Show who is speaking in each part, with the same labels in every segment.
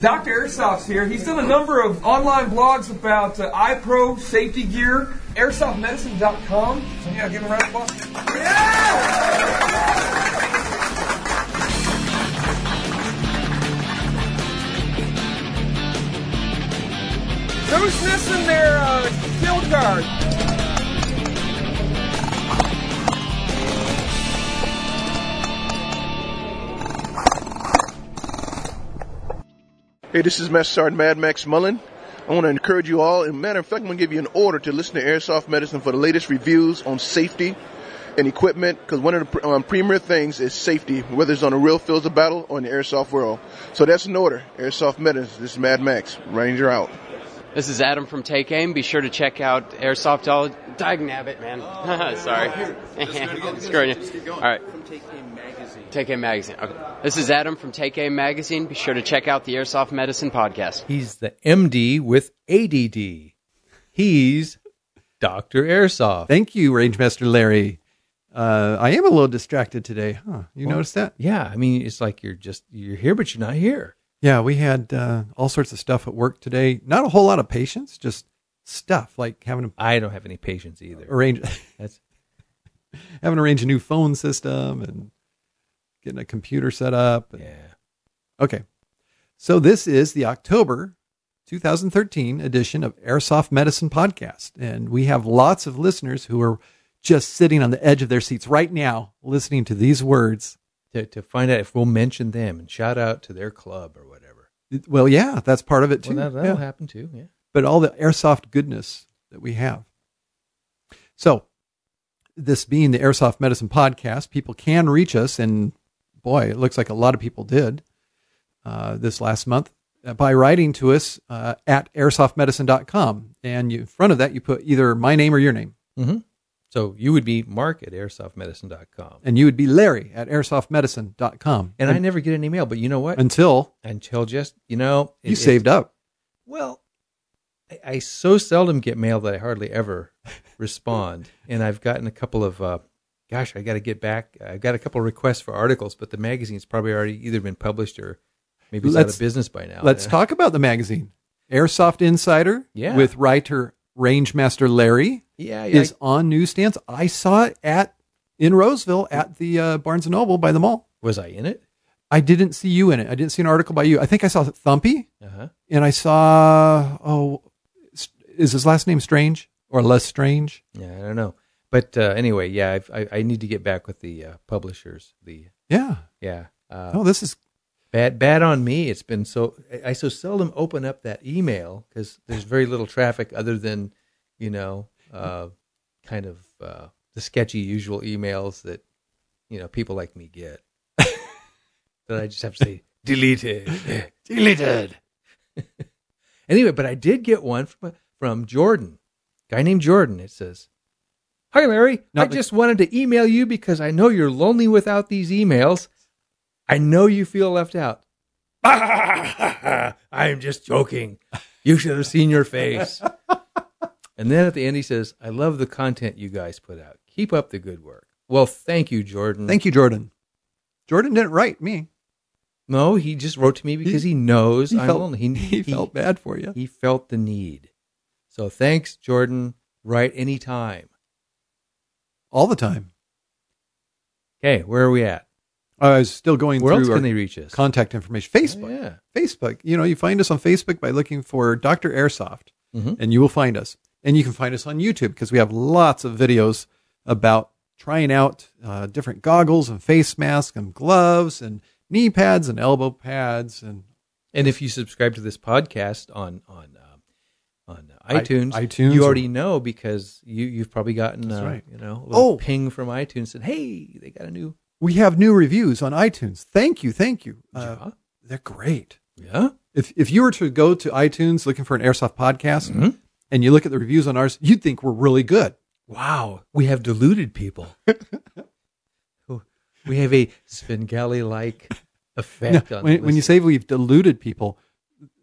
Speaker 1: Dr. Airsoft's here. He's done a number of online blogs about uh, iPro safety gear, airsoftmedicine.com. So, yeah, give him a round of applause. Yeah! Who's missing their uh, field guard?
Speaker 2: Hey, this is Master Sergeant Mad Max Mullen. I want to encourage you all. And matter of fact, I'm going to give you an order to listen to Airsoft Medicine for the latest reviews on safety and equipment. Because one of the pr- um, premier things is safety, whether it's on the real fields of battle or in the airsoft world. So that's an order. Airsoft Medicine. This is Mad Max. Ranger out.
Speaker 3: This is Adam from Take Aim. Be sure to check out Airsoft All Diagnabbit, man. Sorry. Screw you. All right. From Take Aim Magazine. Take Aim Magazine. Okay. This is Adam from Take Aim Magazine. Be sure to check out the Airsoft Medicine Podcast.
Speaker 4: He's the MD with ADD. He's Dr. Airsoft.
Speaker 5: Thank you, Rangemaster Larry. Uh, I am a little distracted today, huh? You noticed that?
Speaker 4: yeah, I mean, it's like you're just, you're here, but you're not here.
Speaker 5: Yeah, we had uh, all sorts of stuff at work today. Not a whole lot of patients, just stuff like having to
Speaker 4: I don't have any patience either.
Speaker 5: arrange,
Speaker 4: That's,
Speaker 5: having to arrange a new phone system and getting a computer set up.
Speaker 4: yeah.
Speaker 5: Okay, so this is the October 2013 edition of Airsoft Medicine Podcast, and we have lots of listeners who are just sitting on the edge of their seats right now, listening to these words
Speaker 4: To, to find out if we'll mention them and shout out to their club or whatever.
Speaker 5: Well, yeah, that's part of it too.
Speaker 4: Well, that, that'll
Speaker 5: Yeah.
Speaker 4: happen too. Yeah.
Speaker 5: But all the airsoft goodness that we have. So, this being the Airsoft Medicine Podcast, people can reach us, and boy, it looks like a lot of people did uh, this last month uh, by writing to us uh, at airsoftmedicine.com. And you, in front of that, you put either my name or your name,
Speaker 4: Mm-hmm. So you would be Mark at airsoftmedicine.com.
Speaker 5: and you would be Larry at airsoftmedicine.com.
Speaker 4: And I never get an email, but you know what?
Speaker 5: until
Speaker 4: Until just, you know, it-
Speaker 5: you
Speaker 4: it's-
Speaker 5: saved up.
Speaker 4: Well, I, I so seldom get mail that I hardly ever respond, and I've gotten a couple of. Uh, gosh, I got to get back. I've got a couple of requests for articles, but the magazine's probably already either been published or maybe it's out
Speaker 5: Let's-
Speaker 4: of business by now.
Speaker 5: Let's talk about the magazine. Airsoft Insider
Speaker 4: Yeah.
Speaker 5: with writer Rangemaster Larry
Speaker 4: Yeah, yeah.
Speaker 5: is on newsstands. I saw it at in Roseville at the uh, Barnes and Noble by the mall.
Speaker 4: was I in it?
Speaker 5: I didn't see you in it. I didn't see an article by you. I think I saw Thumpy
Speaker 4: Uh huh.
Speaker 5: and I saw oh is his last name Strange or Less Strange?
Speaker 4: Yeah, I don't know. But uh, anyway, yeah, I've, I I need to get back with the uh, publishers. The
Speaker 5: Yeah.
Speaker 4: yeah. Uh,
Speaker 5: Oh, this is
Speaker 4: Bad, bad on me. It's been so I- I so seldom open up that email because there's very little traffic other than, you know, uh, kind of uh, the sketchy usual emails that, you know, people like me get. that I just have to say deleted, deleted. anyway, but I did get one from from Jordan, guy named Jordan. It says. Hi Larry,
Speaker 5: Not
Speaker 4: I
Speaker 5: the-
Speaker 4: just wanted to email you because I know you're lonely without these emails. I know you feel left out. I'm just joking. You should have seen your face. and then at the end, he says, I love the content you guys put out. Keep up the good work. Well, thank you, Jordan.
Speaker 5: thank you, Jordan. Jordan didn't write me.
Speaker 4: No, he just wrote to me because he, knows
Speaker 5: He
Speaker 4: I'm
Speaker 5: felt,
Speaker 4: lonely.
Speaker 5: he, felt bad for you.
Speaker 4: He felt the need. So thanks, Jordan. Write anytime.
Speaker 5: all the time.
Speaker 4: Okay, where are we at?
Speaker 5: I was still going
Speaker 4: Where else
Speaker 5: through
Speaker 4: can
Speaker 5: our
Speaker 4: they reach us?
Speaker 5: contact information. Facebook.
Speaker 4: Oh, yeah.
Speaker 5: Facebook. You know, you find us on Facebook by looking for Dr. Airsoft,
Speaker 4: Mhm.
Speaker 5: and you will find us. And you can find us on YouTube because we have lots of videos about trying out uh, different goggles and face masks and gloves and knee pads and elbow pads and
Speaker 4: And if you subscribe to this podcast on on um on
Speaker 5: I-
Speaker 4: iTunes,
Speaker 5: iTunes
Speaker 4: you
Speaker 5: or-
Speaker 4: already know because you you've probably gotten
Speaker 5: That's
Speaker 4: uh,
Speaker 5: right.
Speaker 4: you know a little
Speaker 5: Oh.
Speaker 4: ping from iTunes said, "Hey, they got a new
Speaker 5: we have new reviews on iTunes. Thank you, thank you. Uh,
Speaker 4: job."
Speaker 5: They're great.
Speaker 4: yeah,
Speaker 5: If if you were to go to iTunes looking for an Airsoft podcast
Speaker 4: Mhm.
Speaker 5: and you look at the reviews on ours, you'd think we're really good.
Speaker 4: wow, we have deluded people. we have a Svengali like effect
Speaker 5: No,
Speaker 4: on
Speaker 5: when, when you
Speaker 4: listeners.
Speaker 5: say we've diluted people,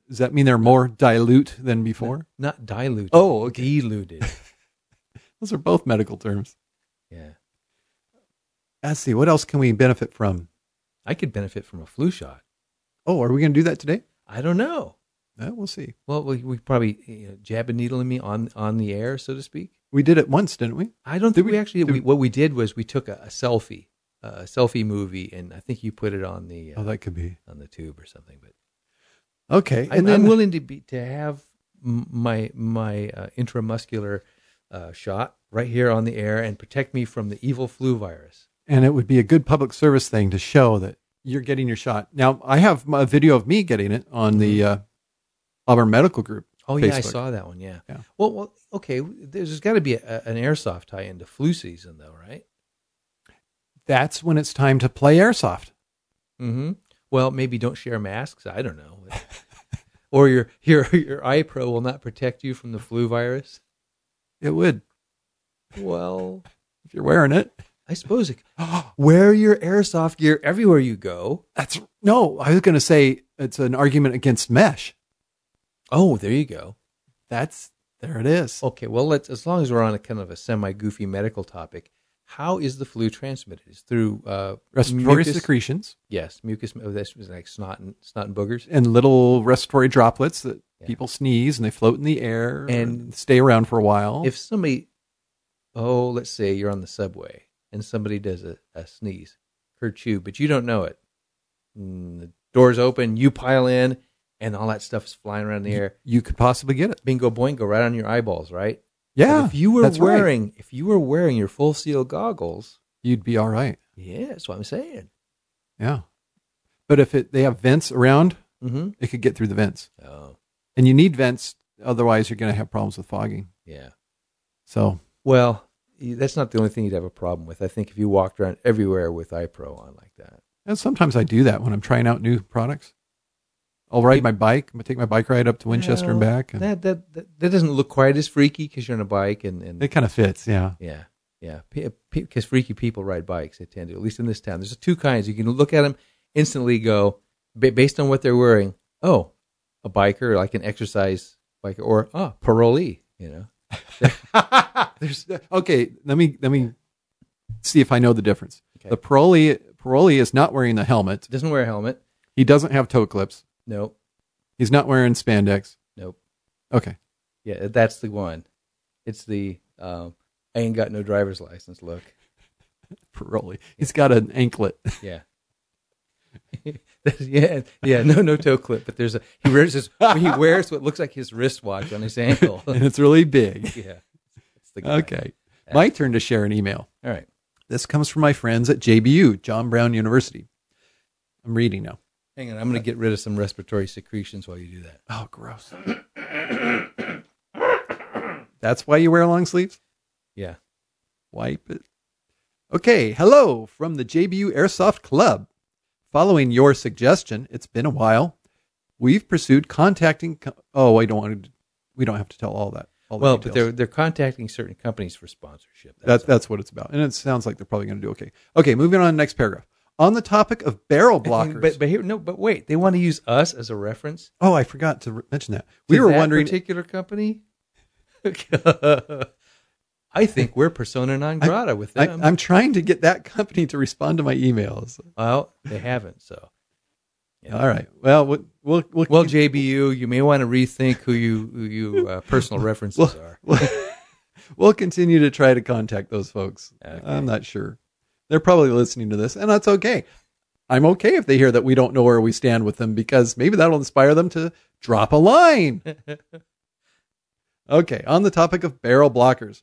Speaker 5: does that mean they're more dilute than before?
Speaker 4: not diluted,
Speaker 5: Oh, okay.
Speaker 4: deluded.
Speaker 5: Those are both medical terms.
Speaker 4: yeah,
Speaker 5: Let's see, what else can we benefit from?
Speaker 4: I could benefit from a flu shot.
Speaker 5: Oh, are we going to do that today?
Speaker 4: I don't know.
Speaker 5: Yeah, we'll see.
Speaker 4: Well, we, we probably you know, jab a needle in me on on the air, so to speak.
Speaker 5: We did it once, didn't we?
Speaker 4: I don't
Speaker 5: Did
Speaker 4: think we,
Speaker 5: we-
Speaker 4: actually.
Speaker 5: did
Speaker 4: We,
Speaker 5: we-
Speaker 4: what we did was we took a, a selfie, a selfie movie, and I think you put it on the uh,
Speaker 5: Oh, that could be
Speaker 4: on the tube or something. But
Speaker 5: okay.
Speaker 4: I,
Speaker 5: And then
Speaker 4: I'm willing to be to have m- my my uh, intramuscular uh, shot right here on the air and protect me from the evil flu virus.
Speaker 5: and it would be a good public service thing to show that you're getting your shot. Now, I have a video of me getting it on the uh, Auburn Medical Group.
Speaker 4: Mm-hmm. Oh yeah, I
Speaker 5: Facebook.
Speaker 4: saw that one. Yeah.
Speaker 5: Yeah.
Speaker 4: Well, well, okay. There's got to be a, an airsoft tie into flu season, though, right?
Speaker 5: That's when it's time to play airsoft.
Speaker 4: Mm-hmm. Well, maybe don't share masks. I don't know. or your your your iPro will not protect you from the flu virus.
Speaker 5: It would
Speaker 4: Well,
Speaker 5: if you're wearing it.
Speaker 4: I suppose it, wear your airsoft gear everywhere you go.
Speaker 5: That's no. I was going to say it's an argument against mesh.
Speaker 4: Oh, there you go.
Speaker 5: That's there. It is.
Speaker 4: Okay. Well, let's as long as we're on a kind of a semi goofy medical topic. How is the flu transmitted? It's through uh,
Speaker 5: respiratory
Speaker 4: mucus-
Speaker 5: secretions
Speaker 4: Yes, mucus. Oh, this was like snot and snot and boogers.
Speaker 5: and little respiratory droplets that
Speaker 4: Yeah.
Speaker 5: people sneeze and they float in the air
Speaker 4: And-
Speaker 5: stay around for a while.
Speaker 4: if somebody oh let's say you're on the subway and somebody does a, a sneeze kerchoo but you don't know it Mm, the doors open you pile in and all that stuff is flying around in the air
Speaker 5: you could possibly get it.
Speaker 4: bingo boingo right on your eyeballs right
Speaker 5: Yeah,
Speaker 4: But if you were
Speaker 5: that's right.
Speaker 4: wearing if you were wearing your full seal goggles
Speaker 5: you'd be all right.
Speaker 4: yeah that's what i'm saying
Speaker 5: Yeah, but if it, they have vents around,
Speaker 4: mm-hmm
Speaker 5: it could get through the vents,
Speaker 4: oh
Speaker 5: and you need vents. Otherwise, you're going to have problems with fogging.
Speaker 4: yeah
Speaker 5: So
Speaker 4: well y- that's not the only thing you'd have a problem with i think if you walked around everywhere with ipro on like that
Speaker 5: And sometimes I do that when I'm trying out new products. I'll ride my bike. I'm gonna take my bike ride up to Winchester and
Speaker 4: Well,
Speaker 5: back, and
Speaker 4: that, that that that doesn't look quite as freaky because you're on a bike and and
Speaker 5: it kind of fits. Yeah,
Speaker 4: yeah yeah because freaky people ride bikes. They tend to at least in this town. There's two kinds. You can look at them instantly, go ba- based on what they're wearing. Oh, a biker like an exercise biker or ah parolee. You know.
Speaker 5: There's okay. Let me let me see if I know the difference.
Speaker 4: Okay.
Speaker 5: The parolee parolee is not wearing the helmet.
Speaker 4: Doesn't wear a helmet.
Speaker 5: He doesn't have toe clips.
Speaker 4: Nope.
Speaker 5: He's not wearing spandex.
Speaker 4: Nope.
Speaker 5: Okay,
Speaker 4: Yeah, uh, that's the one. It's the um, I ain't got no driver's license look.
Speaker 5: parolee. He's got an anklet.
Speaker 4: Yeah. That's- yeah, yeah, no, no toe clip, but there's a he wears his he wears what looks like his wristwatch on his ankle.
Speaker 5: and it's really big.
Speaker 4: yeah, it's the guy.
Speaker 5: Okay. My turn to share an email.
Speaker 4: all right.
Speaker 5: This comes from my friends at JBU, John Brown University. I'm reading now.
Speaker 4: Hang on, I'm going to get rid of some respiratory secretions while you do that.
Speaker 5: Oh, gross. That's why you wear long sleeves?
Speaker 4: Yeah,
Speaker 5: Wipe it. Okay. Hello from the JBU Airsoft Club. Following your suggestion, it's been a while. We've pursued contacting. Co- oh, I don't want to. We don't have to tell all that. All the
Speaker 4: well, but
Speaker 5: details.
Speaker 4: they're they're contacting certain companies for sponsorship.
Speaker 5: That's that's what it's about, and it sounds like they're probably going to do okay. Okay, moving on to the next paragraph. On the topic of barrel blockers,
Speaker 4: But but here no, but wait, they want to use us as a reference.
Speaker 5: oh, I forgot to re- mention that we
Speaker 4: to
Speaker 5: were
Speaker 4: that
Speaker 5: wondering.
Speaker 4: particular company. I think we're persona non grata with
Speaker 5: I,
Speaker 4: them.
Speaker 5: I'm trying to get that company to respond to my emails.
Speaker 4: well, they haven't. So, Yeah.
Speaker 5: All right, well, we'll we'll, we'll,
Speaker 4: well, JBU, you may want to rethink who you who you uh, personal references are.
Speaker 5: we'll, we'll continue to try to contact those folks.
Speaker 4: Okay.
Speaker 5: I'm not sure. They're probably listening to this, and that's okay. I'm okay if they hear that we don't know where we stand with them because maybe that'll inspire them to drop a line. okay, on the topic of barrel blockers.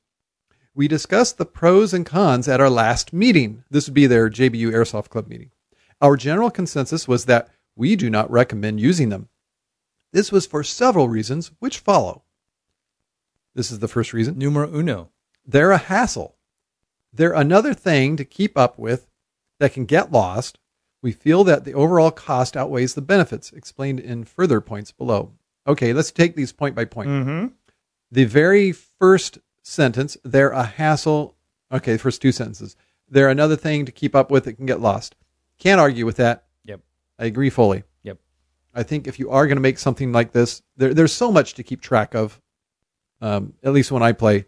Speaker 5: We discussed the pros and cons at our last meeting. This would be their JBU Airsoft Club meeting. Our general consensus was that we do not recommend using them. This was for several reasons, which follow. This is the first reason.
Speaker 4: Numero uno.
Speaker 5: They're a hassle. They're another thing to keep up with that can get lost. We feel that the overall cost outweighs the benefits, explained in further points below. Okay, let's take these point by point.
Speaker 4: Mm-hmm.
Speaker 5: The very first sentence, they're a hassle. Okay, the first two sentences. They're another thing to keep up with that can get lost. Can't argue with that.
Speaker 4: Yep.
Speaker 5: I agree fully.
Speaker 4: Yep.
Speaker 5: I think if you are going to make something like this, there, there's so much to keep track of. Um, at least when I play,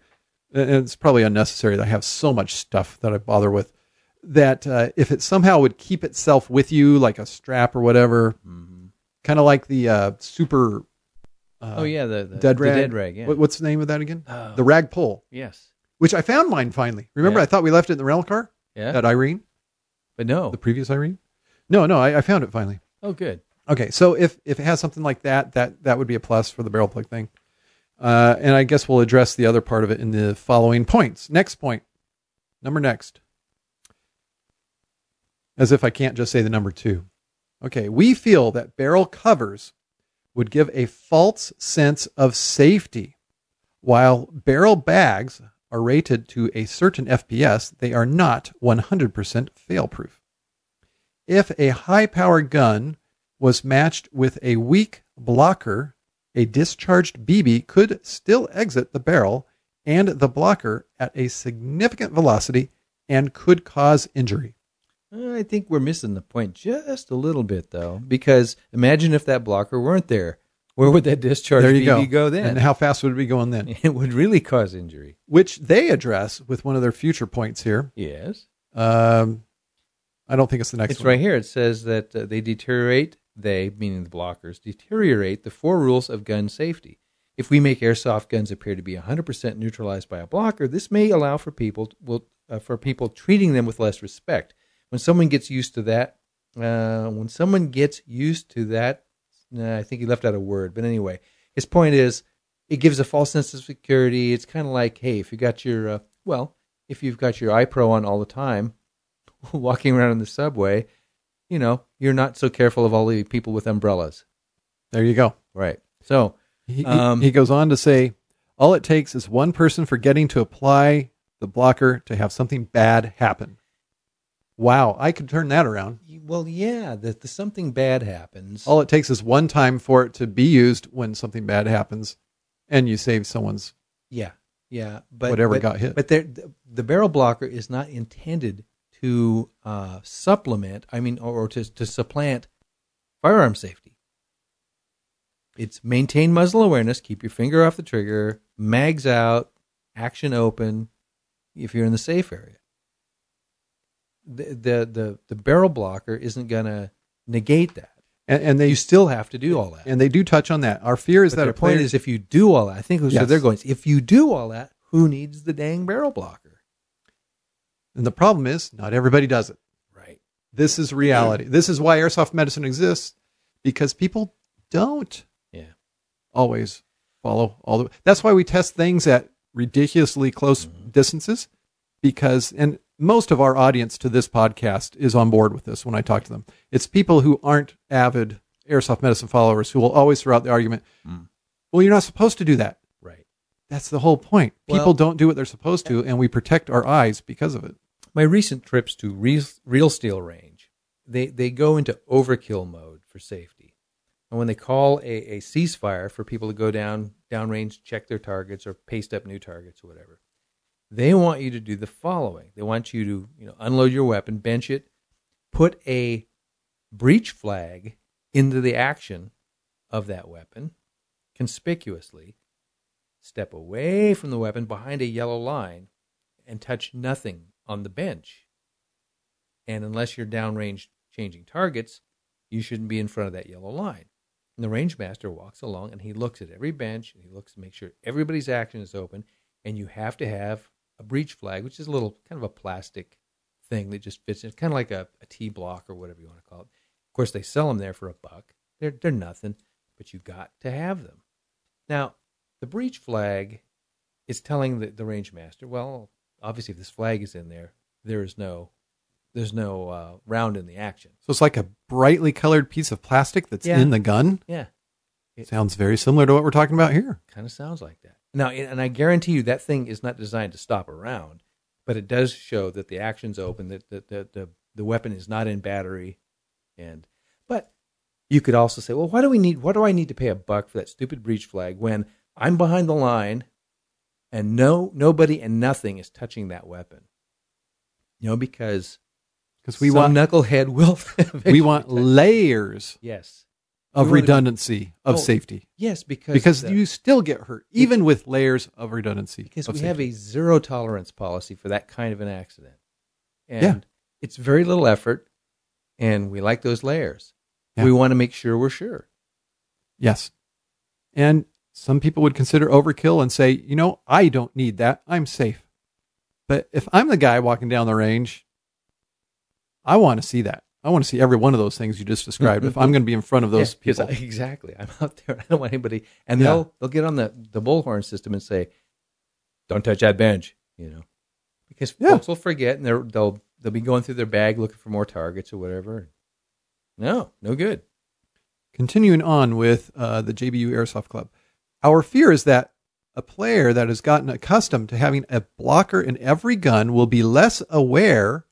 Speaker 5: and it's probably unnecessary that I have so much stuff that I bother with.
Speaker 4: Mm-hmm.
Speaker 5: That uh, if it somehow would keep itself with you, like a strap or whatever, kind of like the uh, super. Uh,
Speaker 4: oh yeah, the, the
Speaker 5: dead
Speaker 4: the
Speaker 5: rag.
Speaker 4: dead rag. Yeah.
Speaker 5: What- what's the name of that again?
Speaker 4: Oh.
Speaker 5: the rag pole,
Speaker 4: yes.
Speaker 5: which I found mine finally. Remember,
Speaker 4: Yeah.
Speaker 5: I thought we left it in the rental car
Speaker 4: Yeah.
Speaker 5: at Irene,
Speaker 4: but no.
Speaker 5: the previous Irene. No, no, I, I found it finally.
Speaker 4: oh, good.
Speaker 5: Okay, so if if it has something like that, that that would be a plus for the barrel plug thing. Uh, and I guess we'll address the other part of it in the following points. Next point, number next. As if I can't just say the number two. Okay, we feel that barrel covers would give a false sense of safety. While barrel bags are rated to a certain FPS, they are not 100% fail proof. If a high power gun was matched with a weak blocker, a discharged BB could still exit the barrel and the blocker at a significant velocity and could cause injury.
Speaker 4: I think we're missing the point just a little bit though, because imagine if that blocker weren't there, where would that discharge
Speaker 5: there you
Speaker 4: BB go.
Speaker 5: go.
Speaker 4: then?
Speaker 5: And how fast would it be going then?
Speaker 4: it would really cause injury.
Speaker 5: Which they address with one of their future points here.
Speaker 4: Yes.
Speaker 5: Um, I don't think it's the next
Speaker 4: it's
Speaker 5: one.
Speaker 4: right here. It says that uh, they deteriorate, they, meaning the blockers, deteriorate the four rules of gun safety. If we make airsoft guns appear to be 100% neutralized by a blocker, this may allow for people will, uh, for people treating them with less respect. When someone gets used to that, uh, when someone gets used to that, nah, I think he left out a word, but anyway, his point is it gives a false sense of security. It's kind of like, hey, if you got your uh, well, if you've got your iPro on all the time, walking around in the subway, you know, you're not so careful of all the people with umbrellas.
Speaker 5: There you go.
Speaker 4: Right. So,
Speaker 5: He- he-
Speaker 4: Um,
Speaker 5: he goes on to say, all it takes is one person forgetting to apply the blocker to have something bad happen. Wow, I could turn that around.
Speaker 4: well, yeah, that the something bad happens.
Speaker 5: All it takes is one time for it to be used when something bad happens, and you save someone's.
Speaker 4: yeah, yeah, but
Speaker 5: Whatever
Speaker 4: but-
Speaker 5: got hit.
Speaker 4: But there, the, the barrel blocker is not intended to uh, supplement. I mean, or, or to to supplant firearm safety. It's maintain muzzle awareness, keep your finger off the trigger, mags out, action open. If you're in the safe area. the the the, the barrel blocker isn't going to negate that.
Speaker 5: And, and they
Speaker 4: You still have to do all that.
Speaker 5: and they do touch on that. Our fear is
Speaker 4: but
Speaker 5: that
Speaker 4: their
Speaker 5: a player,
Speaker 4: point is, if you do all that, I think it was so
Speaker 5: Yes.
Speaker 4: they're going. is If you do all that, who needs the dang barrel blocker?
Speaker 5: and the problem is not everybody does it.
Speaker 4: Right.
Speaker 5: This is reality. This is why airsoft medicine exists, because people don't
Speaker 4: Yeah.
Speaker 5: always follow all the. That's why we test things at ridiculously close distances, because and most of our audience to this podcast is on board with this when I talk to them. It's people who aren't avid airsoft medicine followers who will always throw out the argument, "Well, you're not supposed to do that."
Speaker 4: Right.
Speaker 5: That's the whole point. People
Speaker 4: Well-
Speaker 5: don't do what they're supposed to, and we protect our eyes because of it.
Speaker 4: My recent trips to real, real steel range, they they go into overkill mode for safety, and when they call a, a ceasefire for people to go down downrange, check their targets or paste up new targets or whatever, they want you to do the following. They want you to you know unload your weapon, bench it, put a breach flag into the action of that weapon conspicuously, step away from the weapon behind a yellow line, and touch nothing on the bench. And unless you're downrange changing targets, you shouldn't be in front of that yellow line. And the range master walks along and he looks at every bench and he looks to make sure everybody's action is open. And you have to have a breach flag, which is a little kind of a plastic thing that just fits in, kind of like a, a T block or whatever you want to call it. Of course, they sell them there for a buck. They're they're nothing, but you got to have them. Now, the breach flag is telling the, the range master, well, obviously, if this flag is in there, there is no there's no uh, round in the action.
Speaker 5: So it's like a brightly colored piece of plastic that's
Speaker 4: Yeah.
Speaker 5: in the gun.
Speaker 4: Yeah,
Speaker 5: Sounds very similar to what we're talking about here.
Speaker 4: kind of sounds like that. Now, and and I guarantee you that thing is not designed to stop around, but it does show that the action's open, that the, the, the, the weapon is not in battery. And, but you could also say, well, why do we need, why do I need to pay a buck for that stupid breach flag when I'm behind the line and no, nobody and nothing is touching that weapon? You know, because
Speaker 5: Because we
Speaker 4: some
Speaker 5: want
Speaker 4: knucklehead will.
Speaker 5: we want layers
Speaker 4: yes.
Speaker 5: of
Speaker 4: We wanna-
Speaker 5: redundancy of
Speaker 4: Oh,
Speaker 5: safety
Speaker 4: Yes, because
Speaker 5: because
Speaker 4: the-
Speaker 5: you still get hurt even with layers of redundancy
Speaker 4: because
Speaker 5: of
Speaker 4: we have
Speaker 5: safety.
Speaker 4: a zero tolerance policy for that kind of an accident and
Speaker 5: Yeah.
Speaker 4: it's very little effort and we like those layers
Speaker 5: Yeah.
Speaker 4: we want to make sure we're sure
Speaker 5: Yes. And some people would consider overkill and say, you know, I don't need that. I'm safe. But if I'm the guy walking down the range, I want to see that. I want to see every one of those things you just described. if I'm going to be in front of those
Speaker 4: Yeah, 'cause
Speaker 5: people,
Speaker 4: I- exactly. I'm out there. I don't want anybody. And
Speaker 5: Yeah.
Speaker 4: they'll they'll get on the the bullhorn system and say, "Don't touch that bench," you know, because
Speaker 5: Yeah.
Speaker 4: folks will forget and they're, they'll they'll be going through their bag looking for more targets or whatever. No, no good.
Speaker 5: continuing on with uh, the JBU Airsoft Club, our fear is that a player that has gotten accustomed to having a blocker in every gun will be less aware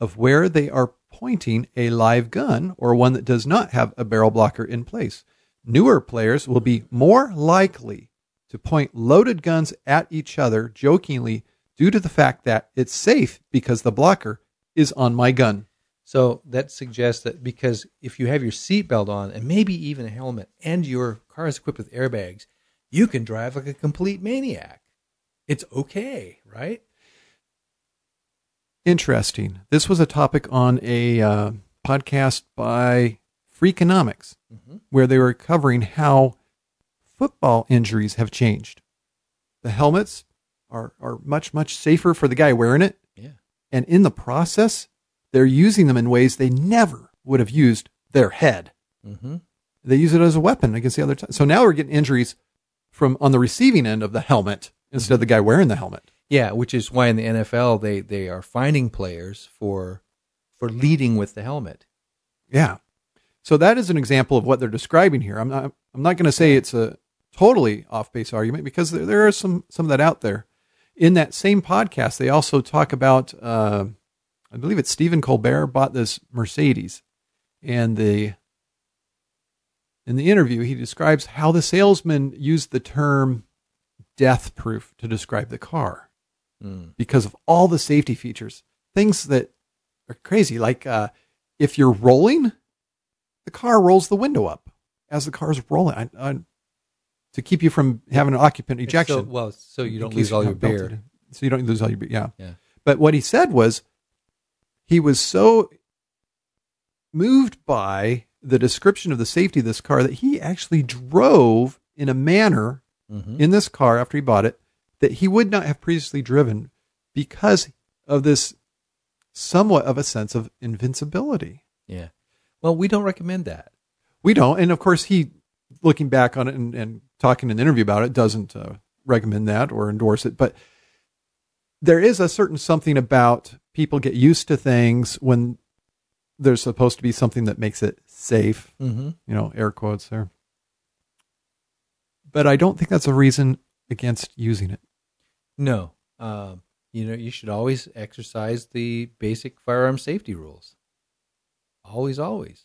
Speaker 5: of where they are pointing a live gun or one that does not have a barrel blocker in place. Newer players will be more likely to point loaded guns at each other jokingly due to the fact that it's safe because the blocker is on my gun.
Speaker 4: So that suggests that because if you have your seatbelt on and maybe even a helmet and your car is equipped with airbags, you can drive like a complete maniac. It's okay, right?
Speaker 5: Interesting. This was a topic on a uh, podcast by Freakonomics, where they were covering how football injuries have changed. The helmets are, are much, much safer for the guy wearing it.
Speaker 4: Yeah.
Speaker 5: And in the process, they're using them in ways they never would have used their head.
Speaker 4: Mm-hmm.
Speaker 5: They use it as a weapon against the other. T- so now we're getting injuries from on the receiving end of the helmet instead of the guy wearing the helmet.
Speaker 4: Yeah, which is why in the NFL they they are finding players for for leading with the helmet.
Speaker 5: Yeah. So that is an example of what they're describing here. I'm not I'm not going to say it's a totally off base argument because there, there are some some of that out there. In that same podcast, they also talk about uh, I believe it's Stephen Colbert bought this Mercedes, and the in the interview he describes how the salesman used the term death proof to describe the car because of all the safety features, things that are crazy. Like uh, if you're rolling, the car rolls the window up as the car's rolling I, I, to keep you from having an occupant ejection.
Speaker 4: So, well, so you
Speaker 5: in
Speaker 4: don't
Speaker 5: case
Speaker 4: lose all
Speaker 5: got
Speaker 4: your beer.
Speaker 5: belted. So you don't lose all your beer. Yeah.
Speaker 4: Yeah.
Speaker 5: But what he said was he was so moved by the description of the safety of this car that he actually drove in a manner
Speaker 4: Mm-hmm.
Speaker 5: in this car after he bought it that he would not have previously driven because of this somewhat of a sense of invincibility.
Speaker 4: Yeah. Well, we don't recommend that.
Speaker 5: We don't. And of course, he, looking back on it and, and talking in the interview about it, doesn't uh, recommend that or endorse it. But there is a certain something about people get used to things when there's supposed to be something that makes it safe
Speaker 4: Mm-hmm.
Speaker 5: you know, air quotes there. But I don't think that's a reason against using it.
Speaker 4: No. Um, you know, you should always exercise the basic firearm safety rules. Always, always.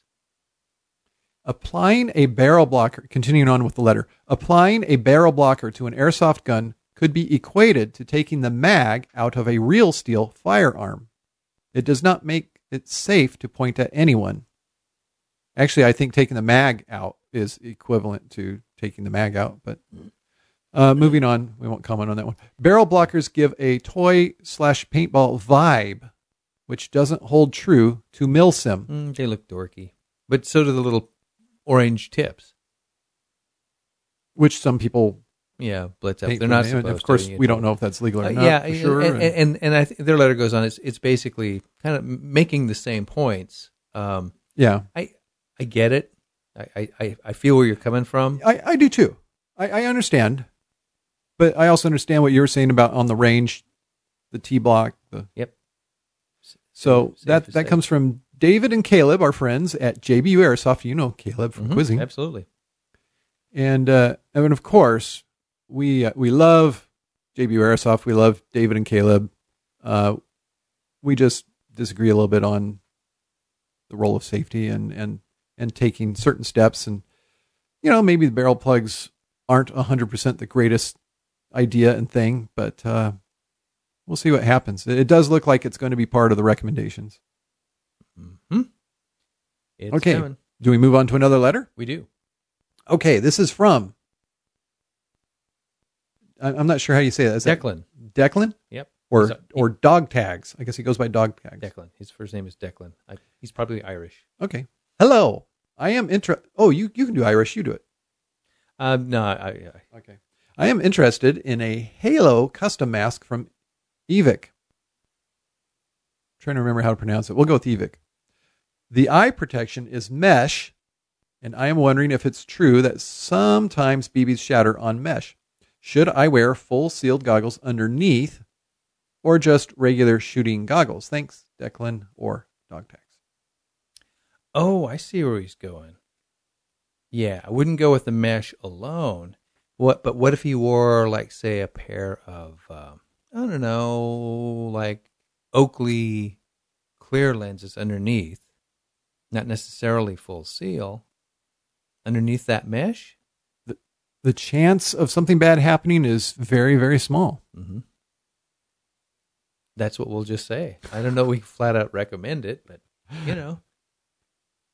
Speaker 5: Applying a barrel blocker, continuing on with the letter, applying a barrel blocker to an airsoft gun could be equated to taking the mag out of a real steel firearm. It does not make it safe to point at anyone. Actually, I think taking the mag out is equivalent to taking the mag out, but uh, moving on, we won't comment on that one. Barrel blockers give a toy slash paintball vibe, which doesn't hold true to milsim.
Speaker 4: Mm, they look dorky, but so do the little orange tips.
Speaker 5: which some people
Speaker 4: Yeah, blitz up.
Speaker 5: paint
Speaker 4: They're
Speaker 5: for
Speaker 4: not
Speaker 5: name. And
Speaker 4: supposed
Speaker 5: Of course,
Speaker 4: to, you
Speaker 5: we don't know if that's legal or
Speaker 4: Uh,
Speaker 5: not.
Speaker 4: yeah,
Speaker 5: for sure.
Speaker 4: and,
Speaker 5: and-
Speaker 4: and, and I think their letter goes on. It's it's basically kind of m- making the same points. Um,
Speaker 5: yeah,
Speaker 4: I I get it. I, I- I, I feel where you're coming from.
Speaker 5: I, I do too. I, I understand, but I also understand what you were saying about on the range, the T block. The,
Speaker 4: Yep.
Speaker 5: so
Speaker 4: safe
Speaker 5: that
Speaker 4: is
Speaker 5: that
Speaker 4: safe.
Speaker 5: comes from David and Caleb, our friends at JBU Airsoft. You know Caleb from
Speaker 4: Mhm,
Speaker 5: quizzing,
Speaker 4: Absolutely.
Speaker 5: and uh, and of course we uh, we love JBU Airsoft. We love David and Caleb. Uh, we just disagree a little bit on the role of safety and and and taking certain steps and you know maybe the barrel plugs aren't 100% the greatest idea and thing but uh we'll see what happens it it does look like it's going to be part of the recommendations
Speaker 4: It's
Speaker 5: okay
Speaker 4: coming.
Speaker 5: do we move on to another letter
Speaker 4: We do.
Speaker 5: okay this is from I- i'm not sure how you say that is that
Speaker 4: Declan.
Speaker 5: declan
Speaker 4: Yep.
Speaker 5: or
Speaker 4: He's a-
Speaker 5: or dog tags i guess he goes by dog tags
Speaker 4: Declan. His first name is Declan. I, he's probably Irish.
Speaker 5: Okay. Hello. I am inter. Oh, you you can do Irish. You do it.
Speaker 4: Um, no, I, I,
Speaker 5: Okay. I am interested in a Halo custom mask from Evic. Trying to remember how to pronounce it. We'll go with Evic. The eye protection is mesh, and I am wondering if it's true that sometimes BBs shatter on mesh. Should I wear full sealed goggles underneath or just regular shooting goggles? Thanks, Declan or Dog Tax.
Speaker 4: Oh, I see where he's going. Yeah, I wouldn't go with the mesh alone. What? But what if he wore, like, say, a pair of um, I don't know, like Oakley clear lenses underneath, not necessarily full seal, underneath that mesh.
Speaker 5: The chance of something bad happening is very, very small.
Speaker 4: Mm-hmm. That's what we'll just say. I don't know. We flat out recommend it, but you know,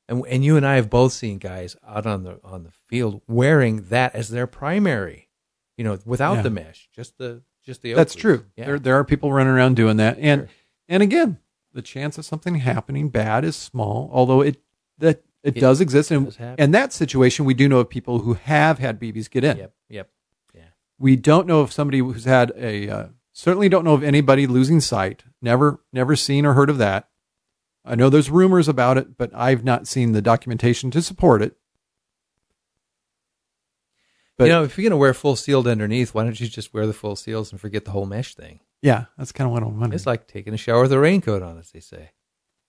Speaker 4: and and you and I have both seen guys out on the on the field wearing that as their primary, you know, without
Speaker 5: Yeah.
Speaker 4: the mesh, just the just the.
Speaker 5: That's
Speaker 4: Oakleys.
Speaker 5: true.
Speaker 4: Yeah.
Speaker 5: There there are people running around doing that. And
Speaker 4: Sure.
Speaker 5: and again, the chance of something happening bad is small, although it that it,
Speaker 4: It
Speaker 5: does exist and
Speaker 4: does happen.
Speaker 5: and that situation we do know of people who have had BBs get in.
Speaker 4: Yep. Yep.
Speaker 5: We don't know if somebody who's had a uh, certainly don't know of anybody losing sight. Never never seen or heard of that. I know there's rumors about it, but I've not seen the documentation to support it. But-
Speaker 4: you know, if you're gonna wear full sealed underneath, why don't you just wear the full seals and forget the whole mesh thing?
Speaker 5: Yeah, that's kind of what I'm wondering.
Speaker 4: It's like taking a shower with a raincoat on, as they say.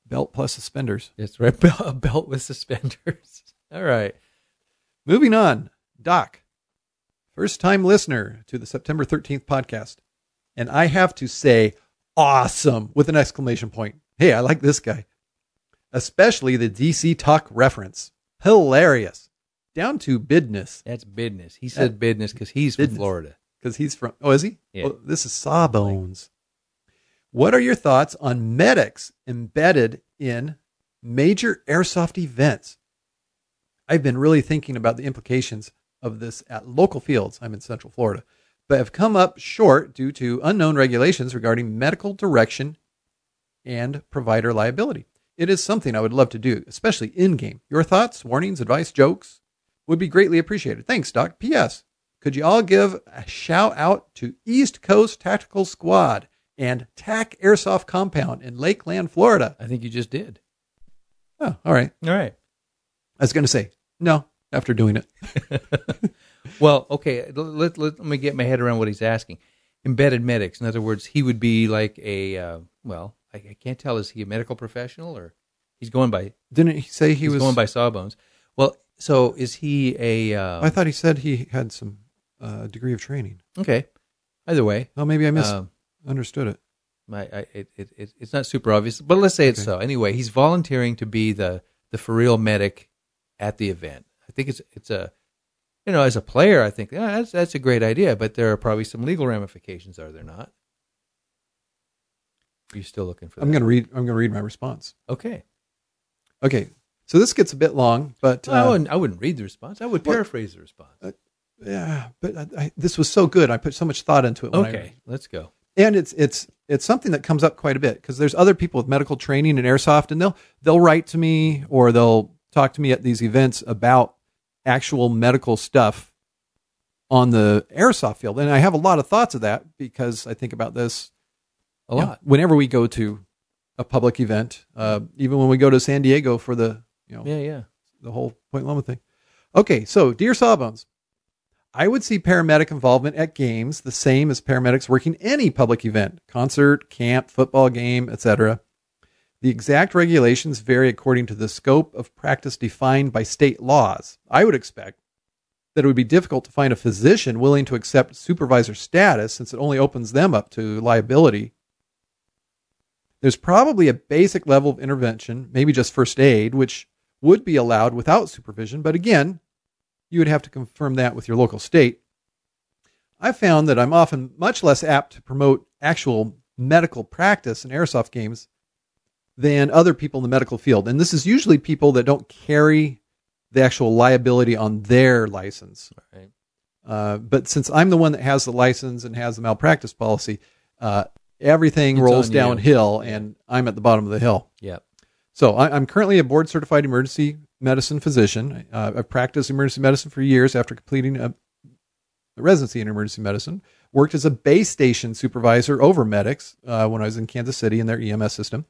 Speaker 5: belt plus suspenders.
Speaker 4: It's right, bel- a belt with suspenders. All right.
Speaker 5: Moving on, Doc, first time listener to the September 13th podcast. And I have to say, awesome with an exclamation point. Hey, I like this guy, especially the DC Talk reference. Hilarious. Down to bidness
Speaker 4: That's business. He said business because he's
Speaker 5: Bidness.
Speaker 4: from Florida.
Speaker 5: because he's from, oh, is he?
Speaker 4: Yeah.
Speaker 5: Well, this is Sawbones. What are your thoughts on medics embedded in major airsoft events? I've been really thinking about the implications of this at local fields. I'm in Central Florida, but have come up short due to unknown regulations regarding medical direction and provider liability. It is something I would love to do, especially in game. Your thoughts, warnings, advice, jokes would be greatly appreciated. Thanks, Doc. P.S. Could you all give a shout out to East Coast Tactical Squad and TAC Airsoft Compound in Lakeland, Florida?
Speaker 4: I think you just did.
Speaker 5: Oh, all right.
Speaker 4: All right.
Speaker 5: I was going to say no after doing it.
Speaker 4: Well, okay. Let, let, let, me get my head around what he's asking. Embedded medics. In other words, he would be like a uh, well. I, I can't tell. Is he a medical professional or he's going by
Speaker 5: Didn't he say he
Speaker 4: he's
Speaker 5: was?
Speaker 4: going by Sawbones? Well, so is he a um,
Speaker 5: I thought he said he had some uh, degree of training.
Speaker 4: okay? Either way,
Speaker 5: Well, maybe I
Speaker 4: um,
Speaker 5: misunderstood it.
Speaker 4: my I, it, it, it, it's not super obvious, but let's say it's
Speaker 5: Okay.
Speaker 4: so. Anyway, he's volunteering to be the the for real medic at the event. I think it's it's a you know as a player, I think "Ah, that's that's a great idea, but there are probably some legal ramifications, are there not? You're still looking for.
Speaker 5: I'm
Speaker 4: that?
Speaker 5: going to read. I'm going to read my response.
Speaker 4: Okay.
Speaker 5: Okay, so this gets a bit long, but
Speaker 4: Well, I
Speaker 5: uh,
Speaker 4: wouldn't. I wouldn't read the response. I would
Speaker 5: Well- uh,
Speaker 4: paraphrase the response.
Speaker 5: yeah, but I, I, this was so good. I put so much thought into it. When I
Speaker 4: okay, let's go.
Speaker 5: and it's it's it's something that comes up quite a bit because there's other people with medical training in airsoft and they'll they'll write to me or they'll talk to me at these events about actual medical stuff on the airsoft field and i have a lot of thoughts of that because i think about this
Speaker 4: A
Speaker 5: you know,
Speaker 4: lot.
Speaker 5: whenever we go to a public event uh, even when we go to san diego for the you know
Speaker 4: Yeah, yeah.
Speaker 5: the whole Point Loma thing. Okay, so dear Sawbones, I would see paramedic involvement at games the same as paramedics working any public event, concert, camp, football game, etc. The exact regulations vary according to the scope of practice defined by state laws. I would expect that it would be difficult to find a physician willing to accept supervisor status since it only opens them up to liability there's probably a basic level of intervention, maybe just first aid, which would be allowed without supervision. But again, you would have to confirm that with your local state. I found that I'm often much less apt to promote actual medical practice in airsoft games than other people in the medical field. And this is usually people that don't carry the actual liability on their license.
Speaker 4: Right.
Speaker 5: Uh, but since I'm the one that has the license and has the malpractice policy, uh, everything
Speaker 4: It's
Speaker 5: rolls
Speaker 4: on you.
Speaker 5: downhill and I'm at the bottom of the hill.
Speaker 4: Yeah.
Speaker 5: So I, I'm currently a board certified emergency medicine physician. Uh, I've practiced emergency medicine for years after completing a residency in emergency medicine. Worked as a base station supervisor over medics uh, when I was in Kansas City in their EMS system.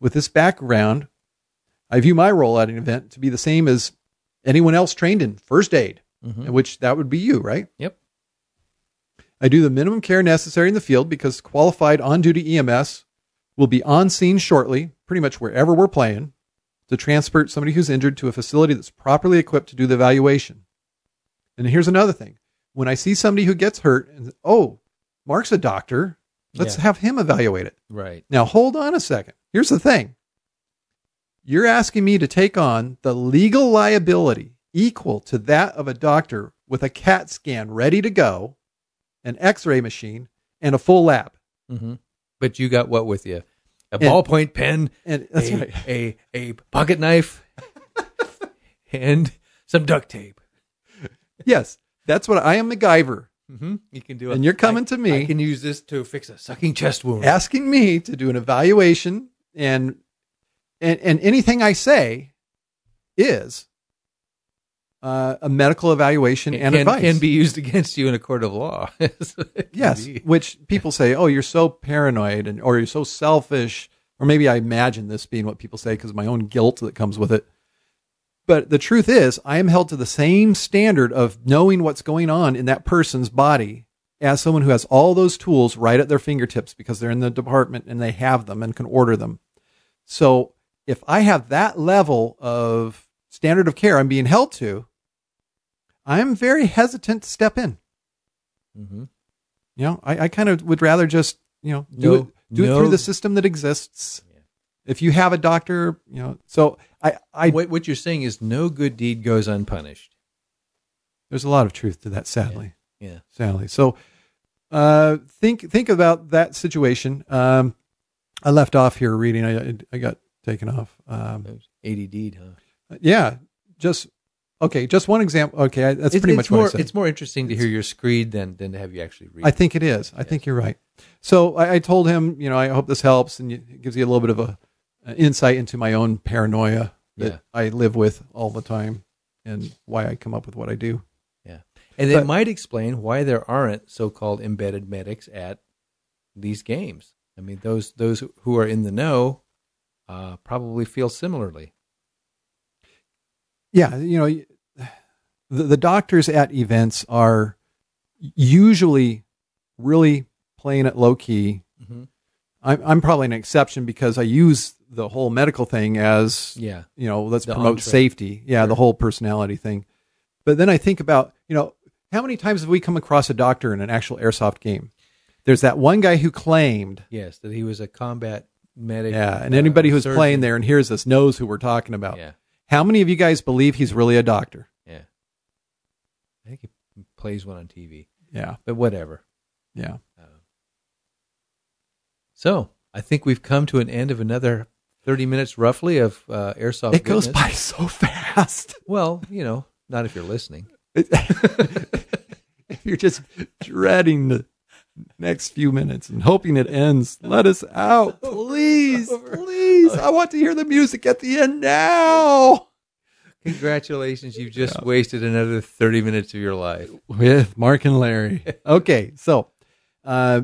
Speaker 5: With this background, I view my role at an event to be the same as anyone else trained in first aid,
Speaker 4: Mhm.
Speaker 5: in which that would be you, right?
Speaker 4: Yep.
Speaker 5: I do the minimum care necessary in the field because qualified on duty EMS will be on scene shortly, pretty much wherever we're playing, to transport somebody who's injured to a facility that's properly equipped to do the evaluation. And here's another thing when I see somebody who gets hurt, and oh, Mark's a doctor, let's
Speaker 4: Yeah.
Speaker 5: have him evaluate it.
Speaker 4: Right.
Speaker 5: Now, hold on a second. Here's the thing you're asking me to take on the legal liability equal to that of a doctor with a CAT scan ready to go, an x ray machine, and a full lab.
Speaker 4: hmm But you got what with you? A
Speaker 5: Yeah.
Speaker 4: ballpoint pen,
Speaker 5: And that's
Speaker 4: a,
Speaker 5: right.
Speaker 4: a a pocket knife, and some duct tape.
Speaker 5: Yes, that's what I am MacGyver,
Speaker 4: Mm-hmm. You can do it.
Speaker 5: And you're coming to me.
Speaker 4: I can use this to fix a sucking chest wound.
Speaker 5: asking me to do an evaluation and and, and anything I say is uh, a medical evaluation and
Speaker 4: can,
Speaker 5: advice.
Speaker 4: can be used against you in a court of law. So it can
Speaker 5: Yes,
Speaker 4: be-
Speaker 5: which people say, "Oh, you're so paranoid," and or you're so selfish, or maybe I imagine this being what people say because of my own guilt that comes with it. But the truth is, I am held to the same standard of knowing what's going on in that person's body as someone who has all those tools right at their fingertips because they're in the department and they have them and can order them. So if I have that level of standard of care I'm being held to, I'm very hesitant to step in.
Speaker 4: Mhm.
Speaker 5: You know, I, I kind of would rather just, you know, do
Speaker 4: No-
Speaker 5: it do it
Speaker 4: no-
Speaker 5: through the system that exists. If you have a doctor, you know, so I, I
Speaker 4: what, what you're saying is no good deed goes unpunished.
Speaker 5: there's a lot of truth to that, sadly,
Speaker 4: Yeah.
Speaker 5: sadly. So, uh, think think about that situation. Um, I left off here reading. I I got taken off. Um,
Speaker 4: ADD, huh?
Speaker 5: yeah, just okay. Just one example. Okay, I, that's
Speaker 4: It's-
Speaker 5: pretty
Speaker 4: it's
Speaker 5: much what
Speaker 4: more,
Speaker 5: I said.
Speaker 4: It's more interesting to hear your screed than than to have you actually read.
Speaker 5: I think it is. I think you're right. So I, I told him, you know, I hope this helps and you- it gives you a little bit of a, a insight into my own paranoia that
Speaker 4: Yeah.
Speaker 5: I live with all the time and why I come up with what I do.
Speaker 4: Yeah. And it
Speaker 5: But-
Speaker 4: might explain why there aren't so-called embedded medics at these games. I mean, those those who are in the know uh, probably feel similarly.
Speaker 5: Yeah, you know, y- the, the doctors at events are usually really playing it low key.
Speaker 4: Mhm.
Speaker 5: I'm, I'm probably an exception because I use the whole medical thing as
Speaker 4: Yeah.
Speaker 5: you know, let's
Speaker 4: The
Speaker 5: promote
Speaker 4: entree.
Speaker 5: safety. Yeah, the whole personality thing. But then I think about, you know, how many times have we come across a doctor in an actual airsoft game? There's that one guy who claimed,
Speaker 4: Yes, that he was a combat medic.
Speaker 5: yeah, and
Speaker 4: uh,
Speaker 5: anybody who's
Speaker 4: surgeon.
Speaker 5: playing there and hears this knows who we're talking about.
Speaker 4: Yeah.
Speaker 5: How many of you guys believe he's really a doctor?
Speaker 4: Yeah. I think he plays one on TV,
Speaker 5: Yeah,
Speaker 4: but whatever.
Speaker 5: yeah.
Speaker 4: So I think we've come to an end of another 30 minutes roughly of uh, airsoft.
Speaker 5: it goes
Speaker 4: goodness.
Speaker 5: by so fast.
Speaker 4: Well, you know, not if you're listening.
Speaker 5: if you're just dreading the next few minutes and hoping it ends, let us out. Please, please. I want to hear the music at the end now.
Speaker 4: Congratulations, you've just wasted another 30 minutes of your life.
Speaker 5: With Mark and Larry. Okay, so uh,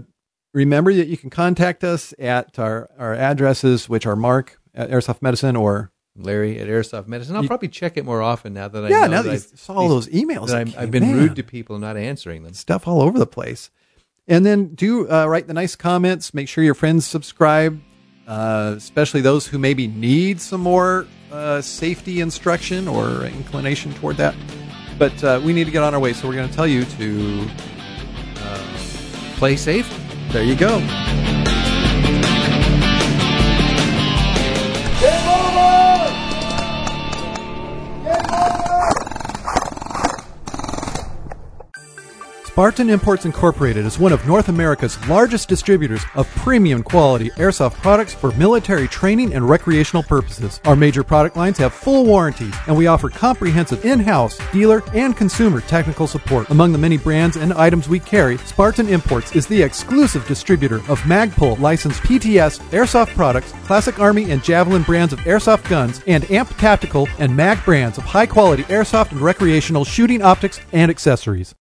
Speaker 5: remember that you can contact us at our, our addresses, which are Mark at Airsoft Medicine or.
Speaker 4: Larry at Airsoft Medicine. I'll
Speaker 5: You-
Speaker 4: probably check it more often now that I
Speaker 5: yeah,
Speaker 4: know
Speaker 5: now
Speaker 4: that
Speaker 5: that you
Speaker 4: I've-
Speaker 5: saw
Speaker 4: these-
Speaker 5: those emails,
Speaker 4: that
Speaker 5: that
Speaker 4: I'm,
Speaker 5: came
Speaker 4: I've been
Speaker 5: in.
Speaker 4: rude to people and not answering them.
Speaker 5: stuff all over the place. And then do uh, write the nice comments. Make sure your friends subscribe, uh, especially those who maybe need some more uh, safety instruction or inclination toward that. But uh, we need to get on our way, so we're going to tell you to.
Speaker 4: Play safe.
Speaker 5: There you go. Spartan Imports Incorporated is one of North America's largest distributors of premium quality airsoft products for military training and recreational purposes. Our major product lines have full warranties, and we offer comprehensive in house dealer and consumer technical support. Among the many brands and items we carry, Spartan Imports is the exclusive distributor of Magpul licensed PTS airsoft products, classic Army and Javelin brands of airsoft guns, and AMP Tactical and MAG brands of high quality airsoft and recreational shooting optics and accessories.